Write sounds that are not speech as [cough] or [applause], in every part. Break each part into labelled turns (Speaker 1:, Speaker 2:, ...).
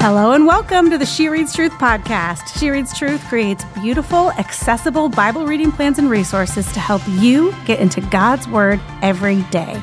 Speaker 1: Hello and welcome to the She Reads Truth podcast. She Reads Truth creates beautiful, accessible Bible reading plans and resources to help you get into God's Word every day.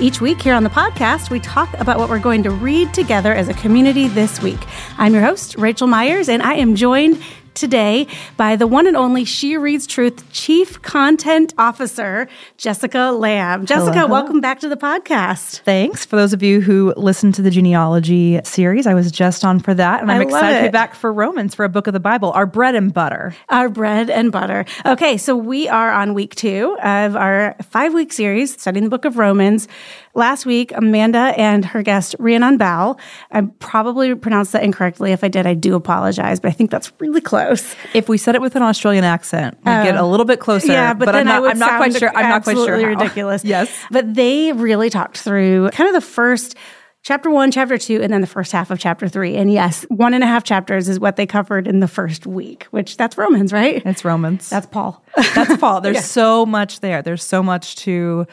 Speaker 1: Each week here on the podcast, we talk about what we're going to read together as a community this week. I'm your host, Rachel Myers, and I am joined today by the one and only She Reads Truth Chief Content Officer, Jessica Lamb. Jessica,
Speaker 2: Hello.
Speaker 1: welcome back to the podcast.
Speaker 2: Thanks for those of you who listened to the genealogy series. I was just on for that, and I'm
Speaker 1: I love
Speaker 2: excited to be
Speaker 1: it.
Speaker 2: back for Romans for a book of the Bible, our bread and butter.
Speaker 1: Our bread and butter. Okay, so we are on week two of our five week series studying the book of Romans. Last week, Amanda and her guest, Rhiannon Bowell, I probably pronounced that incorrectly. If I did, I do apologize, but I think that's really close.
Speaker 2: If we said it with an Australian accent, we would get a little bit closer.
Speaker 1: Oh. Yeah, but, then
Speaker 2: I'm not,
Speaker 1: I would
Speaker 2: I'm not quite
Speaker 1: sound
Speaker 2: sure. I'm not quite sure.
Speaker 1: absolutely
Speaker 2: how. [laughs]
Speaker 1: ridiculous.
Speaker 2: Yes.
Speaker 1: but they really talked through kind of the first chapter one, chapter two, and then the first half of chapter three. And yes, one and a half chapters is what they covered in the first week, which that's Romans, right?
Speaker 2: It's Romans.
Speaker 1: That's Paul.
Speaker 2: [laughs]
Speaker 1: [laughs]
Speaker 2: That's Paul. There's so much there. There's so much to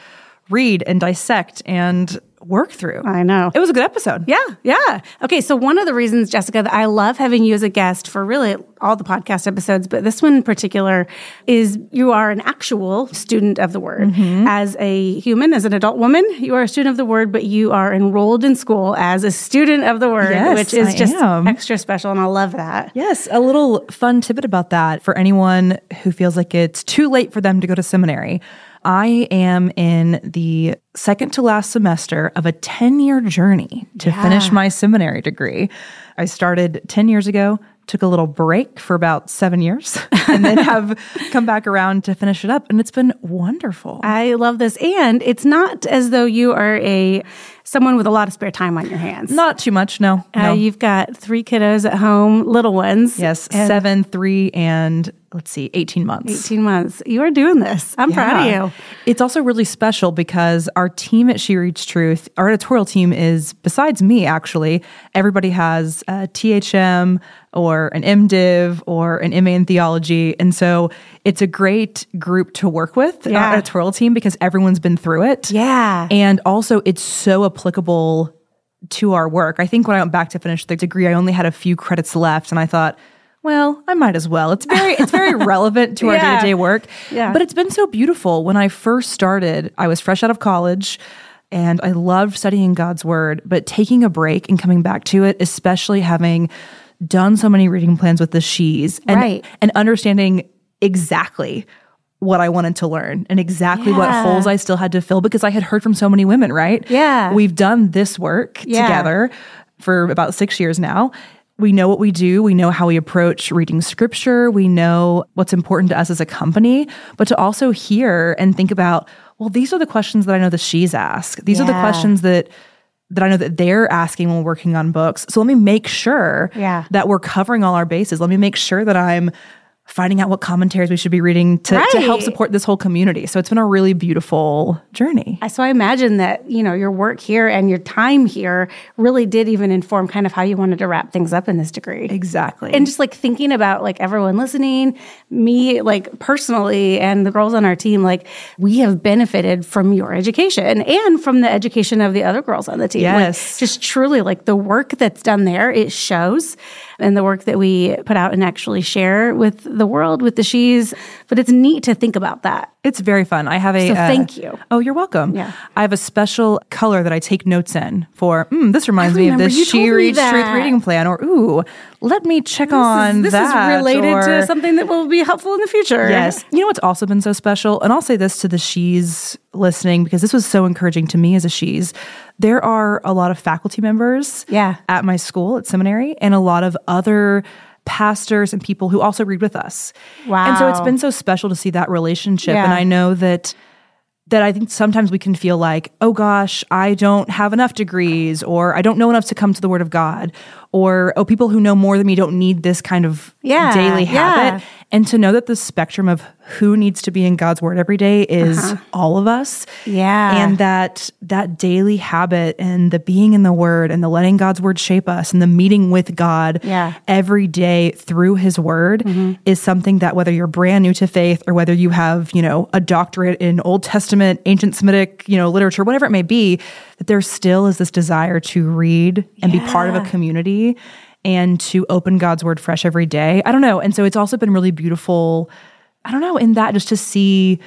Speaker 2: read and dissect and work through.
Speaker 1: I know.
Speaker 2: It was a good episode.
Speaker 1: Yeah, yeah. Okay, so one of the reasons, Jessica, that I love having you as a guest for really all the podcast episodes, but this one in particular, is you are an actual student of the word.
Speaker 2: Mm-hmm.
Speaker 1: As a human, as an adult woman, you are a student of the word, but you are enrolled in school as a student of the word,
Speaker 2: Yes,
Speaker 1: which is
Speaker 2: I
Speaker 1: just
Speaker 2: am.
Speaker 1: extra special, and I love that.
Speaker 2: Yes, a little fun tidbit about that for anyone who feels like it's too late for them to go to seminary. I am in the second to last semester of a 10 year journey to finish my seminary degree. I started 10 years ago, took a little break for about seven years, [laughs] and then have come back around to finish it up. And it's been wonderful.
Speaker 1: I love this, and it's not as though you are a someone with a lot of spare time on your hands.
Speaker 2: Not too much, no.
Speaker 1: Uh,
Speaker 2: no.
Speaker 1: You've got three kiddos at home, little ones.
Speaker 2: yes,
Speaker 1: and-
Speaker 2: seven, three, and let's see, 18 months.
Speaker 1: 18 months. You are doing this. I'm proud
Speaker 2: Yeah.
Speaker 1: of you.
Speaker 2: It's also really special because our team at She Reads Truth, our editorial team is, besides me actually, everybody has a THM or an MDiv or an MA in theology. And so it's a great group to work with,
Speaker 1: Yeah.
Speaker 2: our editorial team, because everyone's been through it.
Speaker 1: Yeah.
Speaker 2: And also, it's so applicable to our work. I think when I went back to finish the degree, I only had a few credits left, and I thought, well, I might as well. It's very,
Speaker 1: [laughs]
Speaker 2: it's very relevant to our
Speaker 1: Yeah.
Speaker 2: day to day work.
Speaker 1: Yeah.
Speaker 2: But it's been so beautiful. When I first started, I was fresh out of college. And I loved studying God's word, but taking a break and coming back to it, especially having done so many reading plans with the she's and,
Speaker 1: Right.
Speaker 2: and understanding exactly what I wanted to learn and exactly what
Speaker 1: Yeah.
Speaker 2: holes I still had to fill because I had heard from so many women, right?
Speaker 1: Yeah.
Speaker 2: We've done this work
Speaker 1: Yeah.
Speaker 2: together for about six years now. We know what we do. We know how we approach reading scripture. We know what's important to us as a company, but to also hear and think about, well, these are the questions that I know that she's asked. These are the
Speaker 1: Yeah.
Speaker 2: questions that that I know that they're asking when working on books. So let me make sure
Speaker 1: Yeah.
Speaker 2: that we're covering all our bases. Let me make sure that I'm finding out what commentaries we should be reading to, to help
Speaker 1: Right.
Speaker 2: support this whole community. So it's been a really beautiful journey.
Speaker 1: So I imagine that, you know, your work here and your time here really did even inform kind of how you wanted to wrap things up in this degree.
Speaker 2: Exactly.
Speaker 1: And just like thinking about like everyone listening, me like personally and the girls on our team, like we have benefited from your education and from the education of the other girls on the team. Like,
Speaker 2: Yes.
Speaker 1: just truly like the work that's done there, it shows and the work that we put out and actually share with the world, with the she's. But it's neat to think about that.
Speaker 2: It's very fun. I have a
Speaker 1: So thank you.
Speaker 2: Oh, you're welcome.
Speaker 1: Yeah.
Speaker 2: I have a special color that I take notes in for. Mm, this reminds me of
Speaker 1: remember
Speaker 2: this
Speaker 1: you told
Speaker 2: She
Speaker 1: me
Speaker 2: Reads Truth
Speaker 1: that.
Speaker 2: reading plan, or ooh, let me check on
Speaker 1: this is
Speaker 2: that.
Speaker 1: related to
Speaker 2: or-
Speaker 1: something that will be helpful in the future.
Speaker 2: Yes. You know what's also been so special? And I'll say this to the she's listening because this was so encouraging to me as a she's. There are a lot of faculty members
Speaker 1: Yeah.
Speaker 2: at my school at seminary and a lot of other pastors and people who also read with us. And so it's
Speaker 1: Wow.
Speaker 2: been so special to see that relationship.
Speaker 1: Yeah.
Speaker 2: And I know that that I think sometimes we can feel like, oh gosh, I don't have enough degrees, or I don't know enough to come to the Word of God, or oh, people who know more than me don't need this kind of
Speaker 1: Yeah,
Speaker 2: daily
Speaker 1: yeah.
Speaker 2: habit. And to know that the spectrum of who needs to be in God's Word every day is all of us.
Speaker 1: Yeah.
Speaker 2: And that that daily habit and the being in the Word and the letting God's Word shape us and the meeting with God
Speaker 1: Yeah. Mm-hmm.
Speaker 2: every day through his word is something that whether you're brand new to faith or whether you have, you know, a doctorate in Old Testament, ancient Semitic, you know, literature, whatever it may be, that there still is this desire to read and be part of a community and to open God's word fresh every day. I don't know. And so it's also been really beautiful. I don't know, in that just to see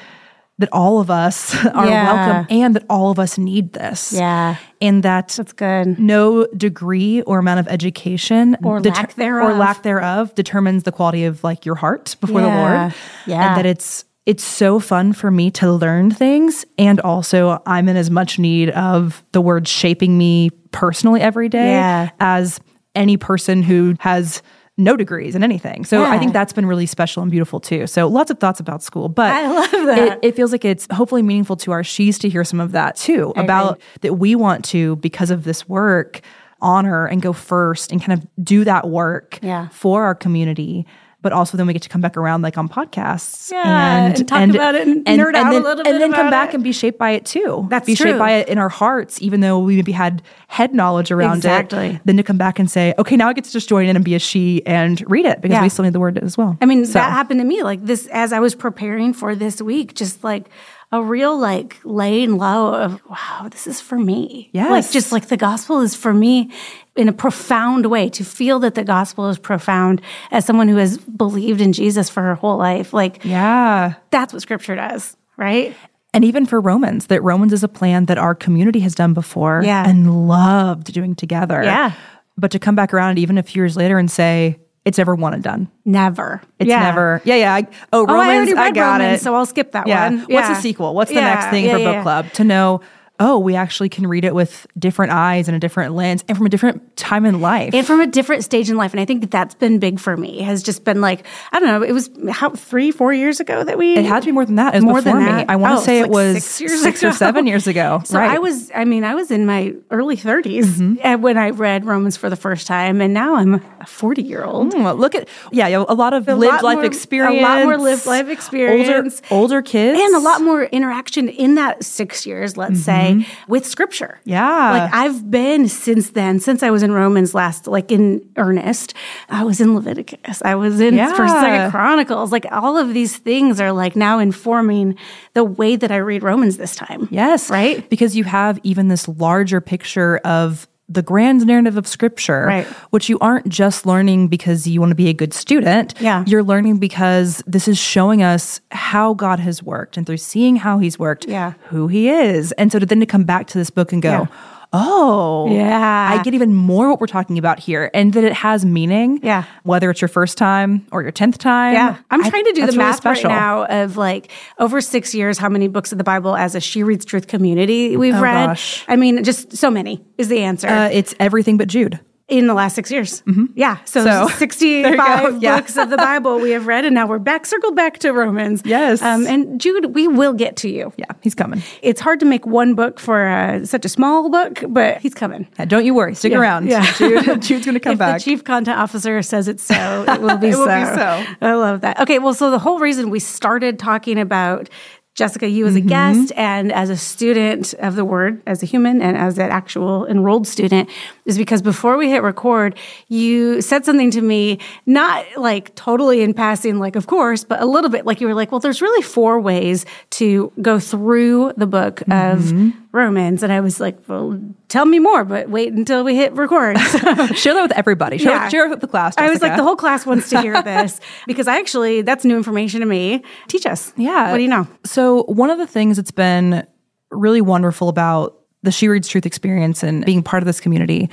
Speaker 2: that all of us [laughs] are
Speaker 1: Yeah.
Speaker 2: welcome and that all of us need this.
Speaker 1: Yeah.
Speaker 2: And that
Speaker 1: That's good.
Speaker 2: no degree or amount of education
Speaker 1: Or lack
Speaker 2: or
Speaker 1: thereof.
Speaker 2: lack thereof determins the quality of like your heart before the
Speaker 1: Yeah.
Speaker 2: Lord.
Speaker 1: Yeah.
Speaker 2: And that it's it's so fun for me to learn things and also I'm in as much need of the word shaping me personally every day
Speaker 1: Yeah.
Speaker 2: as any person who has no degrees in anything. So I
Speaker 1: Yeah.
Speaker 2: think that's been really special and beautiful too. So lots of thoughts about school, but
Speaker 1: I love that.
Speaker 2: it, it feels like it's hopefully meaningful to our she's to hear some of that too about that we want to because of this work honor and go first and kind of do that work
Speaker 1: Yeah.
Speaker 2: for our community but also then we get to come back around like on podcasts
Speaker 1: Yeah, and talk about it and nerd out a
Speaker 2: then,
Speaker 1: little bit
Speaker 2: and then come
Speaker 1: about
Speaker 2: back
Speaker 1: it.
Speaker 2: and be shaped by it too
Speaker 1: That's
Speaker 2: be
Speaker 1: true.
Speaker 2: shaped by it in our hearts even though we maybe had head knowledge around
Speaker 1: Exactly.
Speaker 2: it then to come back and say okay now i get to just join in and be a she and read it because
Speaker 1: Yeah.
Speaker 2: we still need the word as well
Speaker 1: I mean,
Speaker 2: So-
Speaker 1: that happened to me. Like this, as I was preparing for this week, just like a real like laying low of wow, this is for me. like
Speaker 2: Yes.
Speaker 1: just like the gospel is for me in a profound way. To feel that the gospel is profound as someone who has believed in Jesus for her whole life, like
Speaker 2: yeah
Speaker 1: that's what Scripture does, right?
Speaker 2: And even for Romans, that Romans is a plan that our community has done before
Speaker 1: Yeah.
Speaker 2: and loved doing together.
Speaker 1: Yeah.
Speaker 2: But to come back around even a few years later and say, it's never one and done.
Speaker 1: Never.
Speaker 2: It's
Speaker 1: Yeah.
Speaker 2: never, yeah, yeah. I, oh,
Speaker 1: Oh,
Speaker 2: Romans,
Speaker 1: I already read
Speaker 2: got
Speaker 1: Romans,
Speaker 2: it.
Speaker 1: so I'll skip that
Speaker 2: yeah.
Speaker 1: one.
Speaker 2: What's the
Speaker 1: Yeah.
Speaker 2: sequel? What's the
Speaker 1: Yeah,
Speaker 2: next thing
Speaker 1: yeah,
Speaker 2: for
Speaker 1: yeah,
Speaker 2: book
Speaker 1: yeah.
Speaker 2: club? To know, oh, we actually can read it with different eyes and a different lens and from a different time in life.
Speaker 1: and from a different stage in life. And I think that that's been big for me. Has just been like I don't know. It was how three, four years ago that we
Speaker 2: it had to be more than that. It was
Speaker 1: More
Speaker 2: before
Speaker 1: than
Speaker 2: me.
Speaker 1: that?
Speaker 2: I want
Speaker 1: Oh,
Speaker 2: to say
Speaker 1: it's
Speaker 2: it
Speaker 1: like
Speaker 2: was
Speaker 1: six years
Speaker 2: or
Speaker 1: ago.
Speaker 2: seven
Speaker 1: [laughs]
Speaker 2: years ago.
Speaker 1: So
Speaker 2: right. Mm-hmm.
Speaker 1: I was, I mean, I was in my early 30s and when I read Romans for the first time, and now I'm a 40 year old.
Speaker 2: Mm, well, look at yeah, yeah, a lot of
Speaker 1: lot
Speaker 2: lived life
Speaker 1: more- a lot more
Speaker 2: experience,
Speaker 1: lived life
Speaker 2: older-
Speaker 1: experience.
Speaker 2: older, kids,
Speaker 1: And a lot more interaction in that six years, let's say, with scripture.
Speaker 2: Mm-hmm. Yeah.
Speaker 1: Like I've been since then, since I was in Romans last, like in earnest, I was in Leviticus, I was in
Speaker 2: Yeah.
Speaker 1: First Second Chronicles. Like all of these things are like now informing the way that I read Romans this time.
Speaker 2: Yes,
Speaker 1: Right?
Speaker 2: Because you have even this larger picture of the grand narrative of scripture,
Speaker 1: Right.
Speaker 2: which you aren't just learning because you want to be a good student.
Speaker 1: Yeah.
Speaker 2: You're learning because this is showing us how God has worked and through seeing how he's worked,
Speaker 1: Yeah.
Speaker 2: who he is. And so to then to come back to this book and go,
Speaker 1: Yeah.
Speaker 2: Oh,
Speaker 1: Yeah.
Speaker 2: I get even more what we're talking about here, and that it has meaning.
Speaker 1: Yeah.
Speaker 2: Whether it's your first time or your 10th time.
Speaker 1: Yeah. I'm
Speaker 2: I-
Speaker 1: trying to do
Speaker 2: that's
Speaker 1: the
Speaker 2: really
Speaker 1: math
Speaker 2: special.
Speaker 1: right now of like over six years, how many books of the Bible as a She Reads Truth community we've read.
Speaker 2: Oh, gosh.
Speaker 1: I mean, just so many is the answer
Speaker 2: Uh, it's everything but Jude.
Speaker 1: in the last six years. Yeah. So, [laughs]
Speaker 2: Mm-hmm. So, there you go.
Speaker 1: 65
Speaker 2: Yeah.
Speaker 1: books of the Bible we have read, and now we're back, circled back to Romans.
Speaker 2: Yes.
Speaker 1: Um, and Jude, we will get to you.
Speaker 2: Yeah, he's coming.
Speaker 1: It's hard to make one book for uh, such a small book, but he's coming.
Speaker 2: Yeah, Don't you worry. Stick
Speaker 1: Yeah,
Speaker 2: around.
Speaker 1: yeah.
Speaker 2: [laughs]
Speaker 1: [laughs]
Speaker 2: Jude, Jude's going to come
Speaker 1: if
Speaker 2: back.
Speaker 1: the chief content officer says it's so, it
Speaker 2: [laughs]
Speaker 1: will be,
Speaker 2: It
Speaker 1: so.
Speaker 2: will be so.
Speaker 1: I love that. Okay, well, so the whole reason we started talking about Jessica, you as
Speaker 2: Mm-hmm.
Speaker 1: a guest and as a student of the word, as a human and as an actual enrolled student, is because before we hit record, you said something to me, not like totally in passing, like, of course, but a little bit like you were like, well, there's really four ways to go through the book
Speaker 2: Mm-hmm.
Speaker 1: of Romans. And I was like, well, tell me more, but wait until we hit record.
Speaker 2: share that with everybody. Share,
Speaker 1: Yeah.
Speaker 2: share it with the class.
Speaker 1: I was like,
Speaker 2: Jessica.
Speaker 1: the whole class wants to hear this because I actually, that's new information to me. Teach us.
Speaker 2: Yeah.
Speaker 1: What do you know?
Speaker 2: So, one of the things that's been really wonderful about the She Reads Truth experience and being part of this community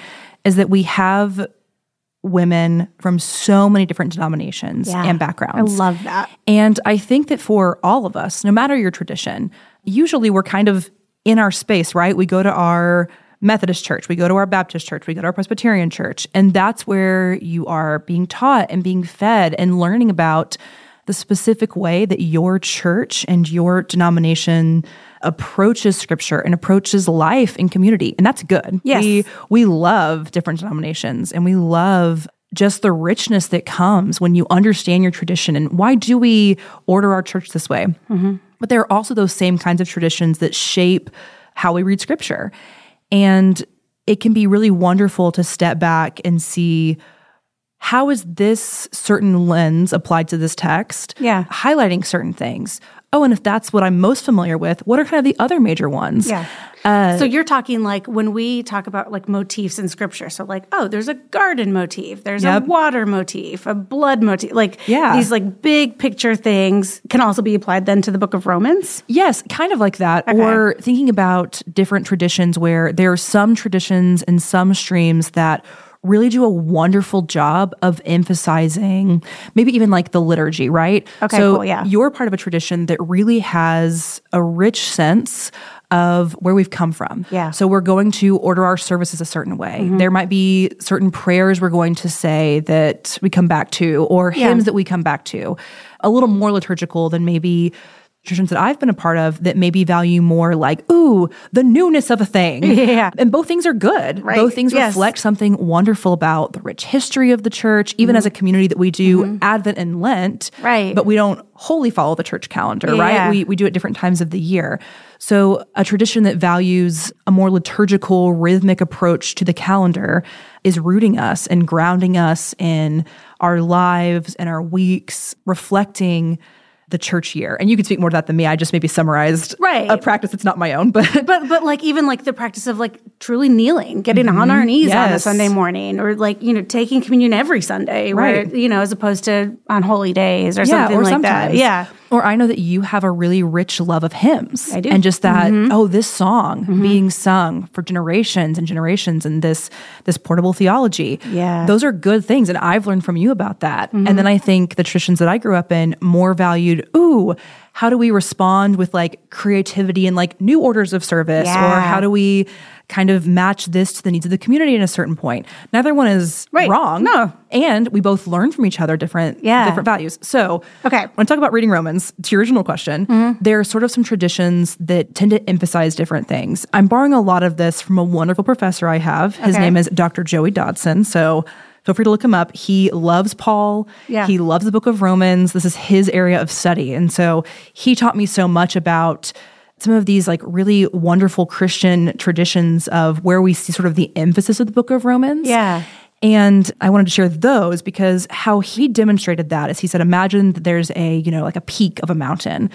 Speaker 2: is that we have women from so many different denominations
Speaker 1: Yeah.
Speaker 2: and backgrounds.
Speaker 1: I love that.
Speaker 2: And I think that for all of us, no matter your tradition, usually we're kind of in our space, right? We go to our Methodist church, we go to our Baptist church, we go to our Presbyterian church, and that's where you are being taught and being fed and learning about the specific way that your church and your denomination approaches scripture and approaches life in community. And that's good.
Speaker 1: Yes.
Speaker 2: We we love different denominations and we love just the richness that comes when you understand your tradition and why do we order our church this way
Speaker 1: Mm-hmm.
Speaker 2: but there are also those same kinds of traditions that shape how we read scripture and it can be really wonderful to step back and see how is this certain lens applied to this text
Speaker 1: Yeah.
Speaker 2: highlighting certain things oh, and if that's what I'm most familiar with, what are kind of the other major ones?
Speaker 1: Yeah. so you're talking like when we talk about like motifs in scripture. So like, oh, there's a garden motif, there's
Speaker 2: Yep.
Speaker 1: a water motif, a blood motif. Like
Speaker 2: Yeah.
Speaker 1: these like big picture things can also be applied then to the book of Romans.
Speaker 2: Yes, kind of like that. Or thinking about different traditions where there are some traditions and some streams that really do a wonderful job of emphasizing maybe even like the liturgy, right?
Speaker 1: Okay,
Speaker 2: so
Speaker 1: cool, yeah.
Speaker 2: you're part of a tradition that really has a rich sense of where we've come from.
Speaker 1: Yeah.
Speaker 2: So we're going to order our services a certain way.
Speaker 1: Mm-hmm.
Speaker 2: There might be certain prayers we're going to say that we come back to or hymns that we come back to. A little more liturgical than maybe traditions that I've been a part of that maybe value more like, ooh, the newness of a thing.
Speaker 1: [laughs] Yeah.
Speaker 2: And both things are good.
Speaker 1: Right.
Speaker 2: Both things
Speaker 1: Yes.
Speaker 2: reflect something wonderful about the rich history of the church, even as a community that we do Advent and Lent.
Speaker 1: Mm-hmm. Right.
Speaker 2: But we don't wholly follow the church calendar,
Speaker 1: Yeah.
Speaker 2: right? We we do it different times of the year. So a tradition that values a more liturgical, rhythmic approach to the calendar is rooting us and grounding us in our lives and our weeks, reflecting the church year. And you could speak more to that than me. I just maybe summarized
Speaker 1: Right.
Speaker 2: a practice that's not my own, [laughs] but
Speaker 1: But but like even like the practice of like truly kneeling, getting on our knees on a
Speaker 2: Mm-hmm. Yes.
Speaker 1: Sunday morning, or like you know taking communion every Sunday, where,
Speaker 2: Right.
Speaker 1: you know as opposed to on holy days or something
Speaker 2: or
Speaker 1: like that.
Speaker 2: sometimes.
Speaker 1: Yeah,
Speaker 2: Or I know that you have a really rich love of
Speaker 1: I
Speaker 2: hymns.
Speaker 1: do. Mm-hmm.
Speaker 2: And just that, oh, this song being sung for generations and generations and this this portable theology.
Speaker 1: Yeah. Mm-hmm.
Speaker 2: Those are good things. And I've learned from you about that. And then I think the traditions that I grew up in more valued, ooh, how do we respond with like creativity and like new orders of service? Or
Speaker 1: Yeah.
Speaker 2: how do we kind of match this to the needs of the community at a certain point? Neither one is
Speaker 1: Right.
Speaker 2: wrong.
Speaker 1: No.
Speaker 2: And we both learn from each other different
Speaker 1: Yeah.
Speaker 2: different values. So
Speaker 1: Okay. Mm-hmm.
Speaker 2: when I talk about reading Romans, to your original question, there are sort of some traditions that tend to emphasize different things. I'm borrowing a lot of this from a wonderful professor I have. His
Speaker 1: Okay.
Speaker 2: name is Dr. Joey Dodson. So feel free to look him up. He loves Paul.
Speaker 1: Yeah.
Speaker 2: He loves the book of Romans. This is his area of study. And so he taught me so much about some of these like really wonderful Christian traditions of where we see sort of the emphasis of the book of Romans.
Speaker 1: Yeah.
Speaker 2: And I wanted to share those because how he demonstrated that is he said, imagine that there's a, you know, like a peak of a mountain.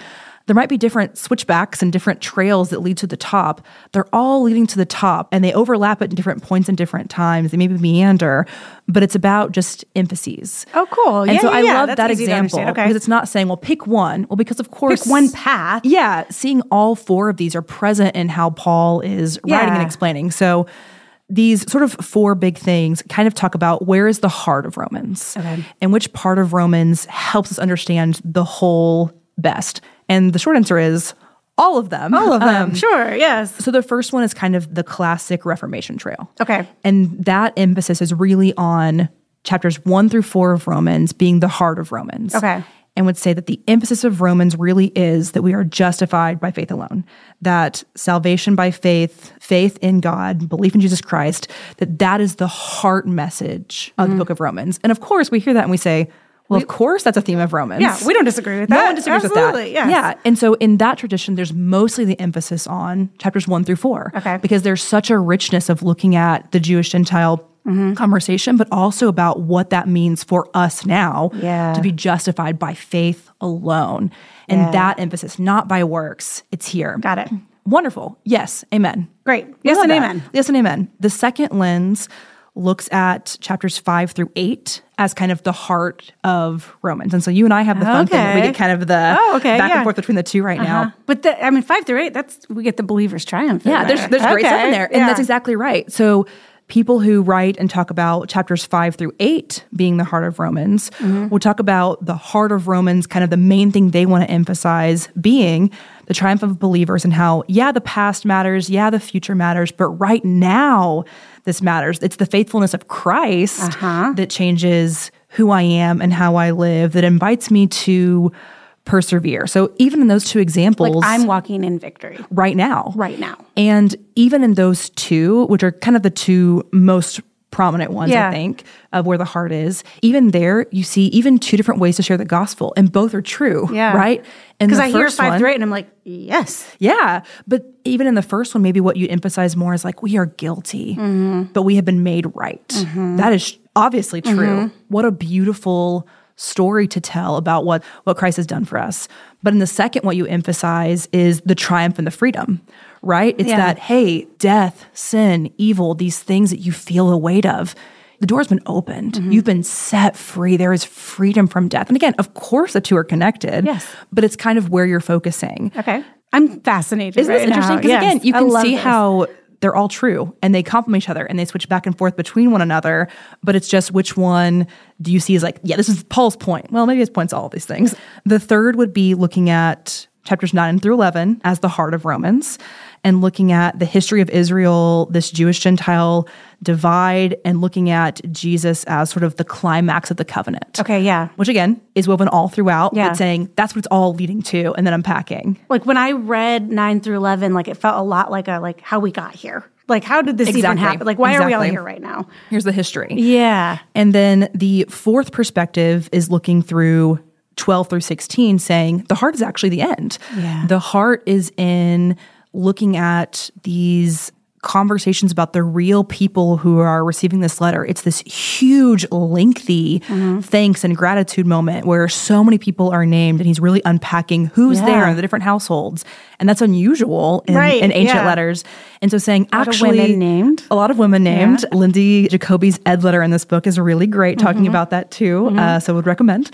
Speaker 2: There might be different switchbacks and different trails that lead to the top. They're all leading to the top and they overlap at different points and different times. They maybe meander, but it's about just emphases.
Speaker 1: Oh, cool.
Speaker 2: And
Speaker 1: Yeah,
Speaker 2: so
Speaker 1: yeah,
Speaker 2: I
Speaker 1: yeah.
Speaker 2: love
Speaker 1: That's
Speaker 2: that
Speaker 1: easy to
Speaker 2: example
Speaker 1: understand. Okay.
Speaker 2: because it's not saying, well, pick one. Well, because of course,
Speaker 1: pick one path.
Speaker 2: yeah, seeing all four of these are present in how Paul is writing and
Speaker 1: Yeah.
Speaker 2: explaining. So these sort of four big things kind of talk about where is the heart of Romans and which part of Romans helps us understand the whole best. And the short answer is all of them. All of them.
Speaker 1: Sure. Yes.
Speaker 2: so the first one is kind of the classic Reformation trail.
Speaker 1: Okay.
Speaker 2: And that emphasis is really on chapters one through four of Romans being the heart of Romans.
Speaker 1: Okay.
Speaker 2: And would say that the emphasis of Romans really is that we are justified by faith alone, that salvation by faith, faith in God, belief in Jesus Christ, that that is the heart message of the
Speaker 1: Mm-hmm.
Speaker 2: book of Romans. And of course, we hear that and we say, well, of course, that's a theme of Romans.
Speaker 1: Yeah, we don't disagree with that.
Speaker 2: No one disagrees
Speaker 1: Absolutely,
Speaker 2: with that.
Speaker 1: yes.
Speaker 2: Yeah. And so in that tradition, there's mostly the emphasis on chapters one through four.
Speaker 1: Okay.
Speaker 2: Because there's such a richness of looking at the Jewish Gentile
Speaker 1: Mm-hmm.
Speaker 2: conversation, but also about what that means for us now
Speaker 1: Yeah.
Speaker 2: to be justified by faith alone. And that emphasis, not by works, it's here.
Speaker 1: Got it.
Speaker 2: Wonderful. Yes. Amen.
Speaker 1: Great.
Speaker 2: We
Speaker 1: Yes
Speaker 2: love
Speaker 1: and
Speaker 2: that.
Speaker 1: amen.
Speaker 2: Yes and amen. The second lens looks at chapters five through eight as kind of the heart of Romans. And so you and I have the fun thing that we
Speaker 1: Okay.
Speaker 2: get kind of the
Speaker 1: Oh, okay,
Speaker 2: back
Speaker 1: yeah. Uh-huh.
Speaker 2: and forth between the two right now.
Speaker 1: But the, I mean, five through eight. That's we get the believer's triumph. in
Speaker 2: Yeah, there's there's great stuff in
Speaker 1: Okay,
Speaker 2: there. And
Speaker 1: yeah.
Speaker 2: that's exactly right. So people who write and talk about chapters 5 through 8 being the heart of Romans
Speaker 1: Mm-hmm.
Speaker 2: will talk about the heart of Romans kind of the main thing they want to emphasize being the triumph of believers and how yeah the past matters, yeah the future matters, but right now this matters. It's the faithfulness of Christ
Speaker 1: Uh-huh.
Speaker 2: that changes who I am and how I live that invites me to persevere. So even in those two examples
Speaker 1: like I'm walking in victory.
Speaker 2: right now.
Speaker 1: Right now.
Speaker 2: And even in those two, which are kind of the two most prominent ones,
Speaker 1: Yeah.
Speaker 2: I think, of where the heart is, even there, you see even two different ways to share the gospel, and both are true,
Speaker 1: Yeah.
Speaker 2: right? And
Speaker 1: Because
Speaker 2: the
Speaker 1: I hear
Speaker 2: first
Speaker 1: five
Speaker 2: one-
Speaker 1: through eight, and I'm like, yes,
Speaker 2: yeah. But even in the first one, maybe what you emphasize more is like, we are guilty,
Speaker 1: Mm-hmm.
Speaker 2: but we have been made right. That is obviously
Speaker 1: Mm-hmm.
Speaker 2: true. What a beautiful story to tell about what, what Christ has done for us. But in the second, what you emphasize is the triumph and the freedom, right? It's
Speaker 1: Yeah.
Speaker 2: that, hey, death, sin, evil, these things that you feel the weight of. The door's been opened.
Speaker 1: Mm-hmm.
Speaker 2: You've been set free. There is freedom from death. And again, of course, the two are connected.
Speaker 1: Yes.
Speaker 2: But it's kind of where you're focusing.
Speaker 1: Okay. I'm fascinated.
Speaker 2: Isn't
Speaker 1: right
Speaker 2: this interesting?
Speaker 1: now.
Speaker 2: Because
Speaker 1: Yes,
Speaker 2: again, you
Speaker 1: I
Speaker 2: can
Speaker 1: love
Speaker 2: see
Speaker 1: this.
Speaker 2: how they're all true and they complement each other and they switch back and forth between one another. But it's just which one do you see is like, yeah, this is Paul's point. Well, maybe his point's all of these things. The third would be looking at chapters 9 through 11 as the heart of Romans and looking at the history of Israel, this Jewish Gentile divide, and looking at Jesus as sort of the climax of the covenant.
Speaker 1: Okay, yeah.
Speaker 2: Which again is woven all throughout,
Speaker 1: Yeah.
Speaker 2: but saying that's what it's all leading to, and then unpacking.
Speaker 1: Like when I read nine through eleven, like it felt a lot like a like how we got here. Like how did this even
Speaker 2: Exactly.
Speaker 1: happen? Like why are we all
Speaker 2: Exactly.
Speaker 1: here right now?
Speaker 2: Here's the history.
Speaker 1: Yeah.
Speaker 2: And then the fourth perspective is looking through 12 through 16, saying the heart is actually the end.
Speaker 1: Yeah.
Speaker 2: The heart is in looking at these conversations about the real people who are receiving this letter. It's this huge, lengthy
Speaker 1: Mm-hmm.
Speaker 2: thanks and gratitude moment where so many people are named, and he's really unpacking who's
Speaker 1: Yeah.
Speaker 2: there in the different households. And that's unusual in,
Speaker 1: Right,
Speaker 2: in ancient
Speaker 1: yeah.
Speaker 2: letters. And so saying,
Speaker 1: lot of
Speaker 2: actually,
Speaker 1: women named.
Speaker 2: a lot of women named. Lindy Jacoby's Ed letter in this book is really great, talking
Speaker 1: Mm-hmm.
Speaker 2: about that too. Uh, so would recommend.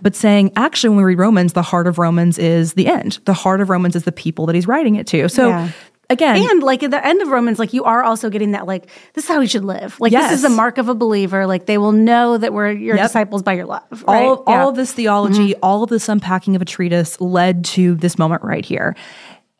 Speaker 2: But saying actually, when we read Romans, the heart of Romans is the end. The heart of Romans is the people that he's writing it to. So
Speaker 1: Yeah.
Speaker 2: again,
Speaker 1: And like at the end of Romans, like you are also getting that like this is how we should live. Like this is the
Speaker 2: Yes.
Speaker 1: mark of a believer. Like they will know that we're your
Speaker 2: Yep.
Speaker 1: disciples by your love. Right?
Speaker 2: all
Speaker 1: Yeah. Mm-hmm.
Speaker 2: all of this theology, all of this unpacking of a treatise led to this moment right here.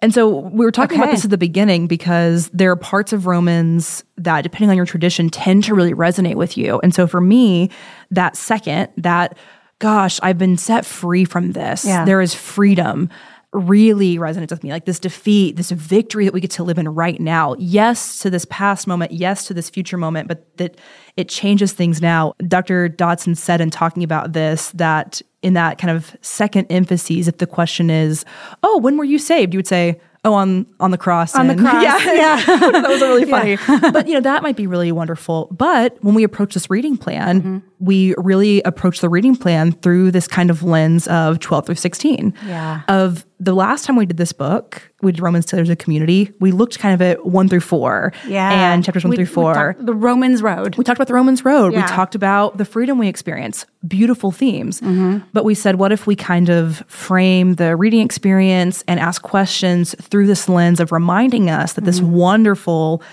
Speaker 2: And so we were talking about
Speaker 1: Okay.
Speaker 2: this at the beginning because there are parts of Romans that, depending on your tradition, tend to really resonate with you. And so for me, that second, that gosh, I've been set free from this.
Speaker 1: Yeah.
Speaker 2: There is freedom really resonates with me. Like this defeat, this victory that we get to live in right now. Yes to this past moment, yes to this future moment, but that it changes things now. Dr. Dodson said in talking about this that in that kind of second emphasis, if the question is, Oh, when were you saved? You would say, Oh, on on the cross.
Speaker 1: on the
Speaker 2: and-
Speaker 1: cross.
Speaker 2: [laughs] Yeah.
Speaker 1: [laughs] Yeah.
Speaker 2: that was really funny. but you know, that might be really wonderful. But when we approach this reading plan,
Speaker 1: Mm-hmm.
Speaker 2: we really approach the reading plan through this kind of lens of 12 through 16.
Speaker 1: Yeah.
Speaker 2: Of the last time we did this book, we did Romans Taylor's a Community, we looked kind of at one through four.
Speaker 1: Yeah.
Speaker 2: And chapters one
Speaker 1: We-
Speaker 2: through
Speaker 1: we
Speaker 2: four.
Speaker 1: talked- the Romans Road.
Speaker 2: We talked about the Romans Road.
Speaker 1: Yeah.
Speaker 2: We talked about the freedom we experience. Beautiful themes.
Speaker 1: Mm-hmm.
Speaker 2: But we said, what if we kind of frame the reading experience and ask questions through this lens of reminding us that
Speaker 1: Mm-hmm.
Speaker 2: this wonderful,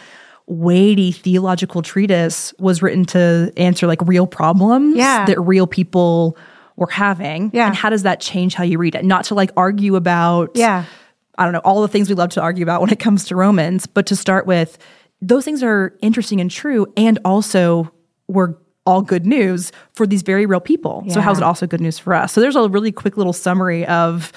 Speaker 2: weighty theological treatise was written to answer like real problems
Speaker 1: Yeah.
Speaker 2: that real people were having?
Speaker 1: Yeah.
Speaker 2: And how does that change how you read it? Not to like argue about
Speaker 1: Yeah.
Speaker 2: I don't know, all the things we love to argue about when it comes to Romans, but to start with, those things are interesting and true, and also were all good news for these very real people. So, how's it also good news for us? So, there's a really quick little summary of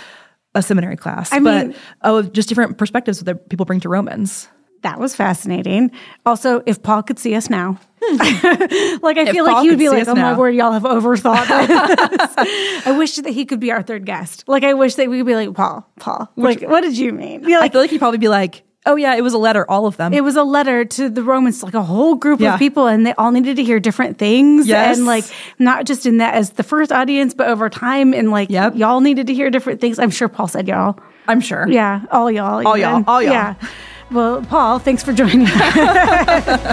Speaker 2: a seminary class, I
Speaker 1: mean-
Speaker 2: but oh, just different perspectives that people bring to Romans.
Speaker 1: That was fascinating. Also, if Paul could see us now, [laughs] like I feel
Speaker 2: Paul
Speaker 1: like he would
Speaker 2: could
Speaker 1: be
Speaker 2: see
Speaker 1: like,
Speaker 2: us
Speaker 1: "Oh my
Speaker 2: now."
Speaker 1: word, y'all have
Speaker 2: [laughs]
Speaker 1: overthought." this." I wish that he could be our third guest. Like I wish that we could be like Paul, Paul. like what did you mean? Yeah,
Speaker 2: I
Speaker 1: like
Speaker 2: feel like you'd probably be like, oh, yeah, it was a letter, all of them.
Speaker 1: it was a letter to the Romans, like a whole group
Speaker 2: Yeah.
Speaker 1: of people, and they all needed to hear different things.
Speaker 2: Yes.
Speaker 1: And like not just in that as the first audience, but over time, and like
Speaker 2: Yep.
Speaker 1: y'all needed to hear different things. I'm sure Paul said y'all.
Speaker 2: I'm sure.
Speaker 1: Yeah, all y'all.
Speaker 2: All y'all,
Speaker 1: even.
Speaker 2: all y'all.
Speaker 1: Yeah. Well, Paul, thanks for joining us.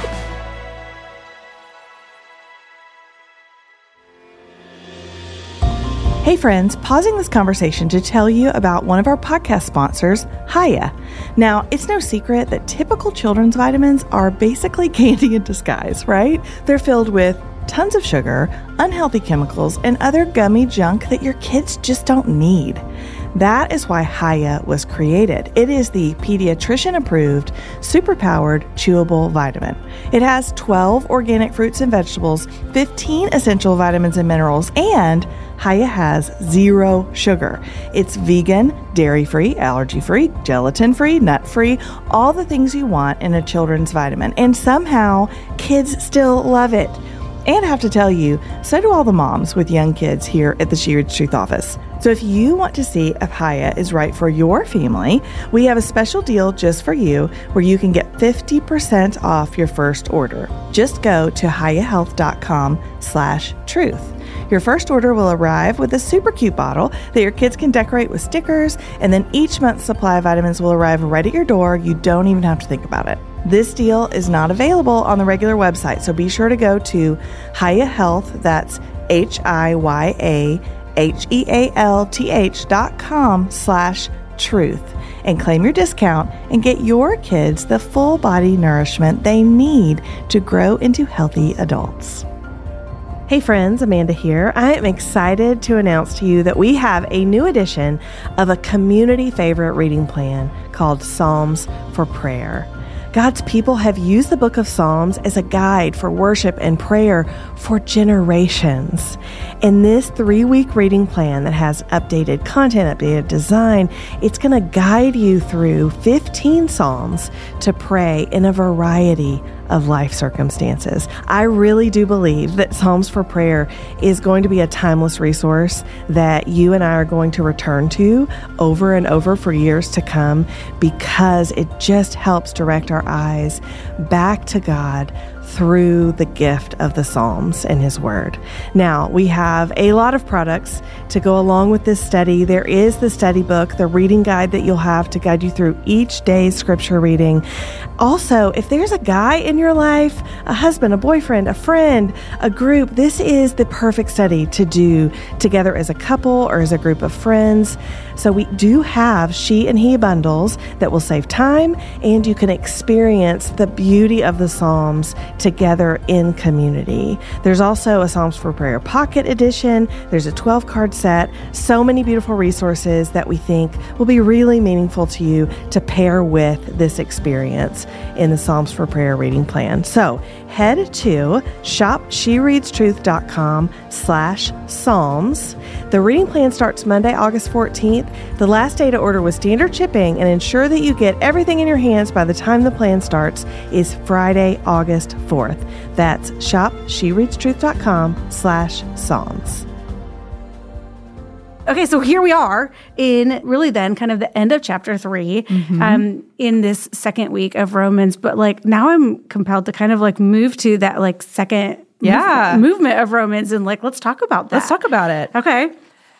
Speaker 3: Hey friends, pausing this conversation to tell you about one of our podcast sponsors, Haya. Now, it's no secret that typical children's vitamins are basically [laughs] candy in disguise, right? They're filled with tons of sugar, unhealthy chemicals, and other gummy junk that your kids just don't need. That is why Haya was created. It is the pediatrician approved, superpowered, chewable vitamin. It has 12 organic fruits and vegetables, 15 essential vitamins and minerals, and Haya has zero sugar. It's vegan, dairy free, allergy free, gelatin free, nut free, all the things you want in a children's vitamin. And somehow, kids still love it. And I have to tell you, so do all the moms with young kids here at the Sheared's Truth office. So if you want to see if Haya is right for your family, we have a special deal just for you where you can get 50% off your first order. Just go to hayahealth.com slash truth. Your first order will arrive with a super cute bottle that your kids can decorate with stickers, and then each month's supply of vitamins will arrive right at your door. You don't even have to think about it. This deal is not available on the regular website, so be sure to go to Hiya Health, that's H I Y A H E A L T H dot com slash truth and claim your discount and get your kids the full body nourishment they need to grow into healthy adults. Hey friends, Amanda here. I am excited to announce to you that we have a new edition of a community favorite reading plan called Psalms for Prayer. God's people have used the book of Psalms as a guide for worship and prayer for generations. And this three week reading plan that has updated content, updated design, it's going to guide you through 15 Psalms to pray in a variety of life circumstances. I really do believe that Psalms for Prayer is going to be a timeless resource that you and I are going to return to over and over for years to come because it just helps direct our eyes back to God through the gift of the Psalms and His Word. Now, we have a lot of products to go along with this study. There is the study book, the reading guide that you'll have to guide you through each day's scripture reading. Also, if there's a guy in your life, a husband, a boyfriend, a friend, a group, this is the perfect study to do together as a couple or as a group of friends. So, we do have she and he bundles that will save time and you can experience the beauty of the Psalms together in community. There's also a Psalms for Prayer Pocket Edition. There's a 12 card set. So many beautiful resources that we think will be really meaningful to you to pair with this experience in the Psalms for Prayer reading plan. So head to shopshereadstruth.com slash Psalms. The reading plan starts Monday, August 14th. The last day to order with standard shipping and ensure that you get everything in your hands by the time the plan starts is Friday, August 4th. That's shopshereadstruth.com slash Psalms.
Speaker 1: Okay, so here we are in really then kind of the end of chapter 3
Speaker 2: Mm-hmm.
Speaker 1: um, in this second week of Romans. But like now I'm compelled to kind of like move to that like second move-
Speaker 2: Yeah.
Speaker 1: movement of Romans and like let's talk about that.
Speaker 2: Let's talk about it.
Speaker 1: Okay.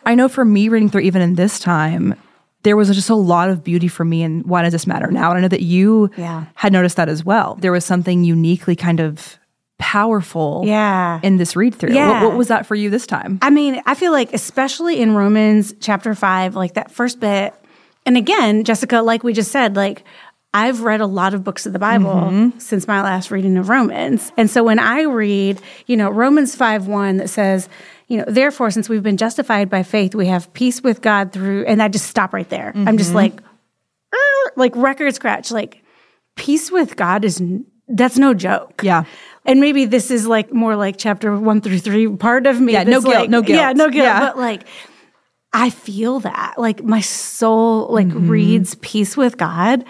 Speaker 2: I know for me reading through even in this time, there was just a lot of beauty for me and why does this matter now? And I know that you
Speaker 1: Yeah.
Speaker 2: had noticed that as well. There was something uniquely kind of powerful
Speaker 1: Yeah.
Speaker 2: in this read through.
Speaker 1: Yeah.
Speaker 2: What, what was that for you this time?
Speaker 1: I mean, I feel like, especially in Romans chapter five, like that first bit, and again, Jessica, like we just said, like I've read a lot of books of the Bible since my last reading of Romans. And so when I read, you know, Romans 5 1 that says, you know, therefore, since we've been justified by faith, we have peace with God through, and I just stop right there. I'm just like, "Er," like record scratch, like peace with God is n- that's no joke.
Speaker 2: Yeah.
Speaker 1: And maybe this is like more like chapter one through three part of me.
Speaker 2: Yeah, no
Speaker 1: that's
Speaker 2: guilt,
Speaker 1: like-
Speaker 2: no guilt.
Speaker 1: Yeah, no guilt.
Speaker 2: Yeah.
Speaker 1: But like I feel that. Like my soul like
Speaker 2: Mm-hmm.
Speaker 1: reads peace with God.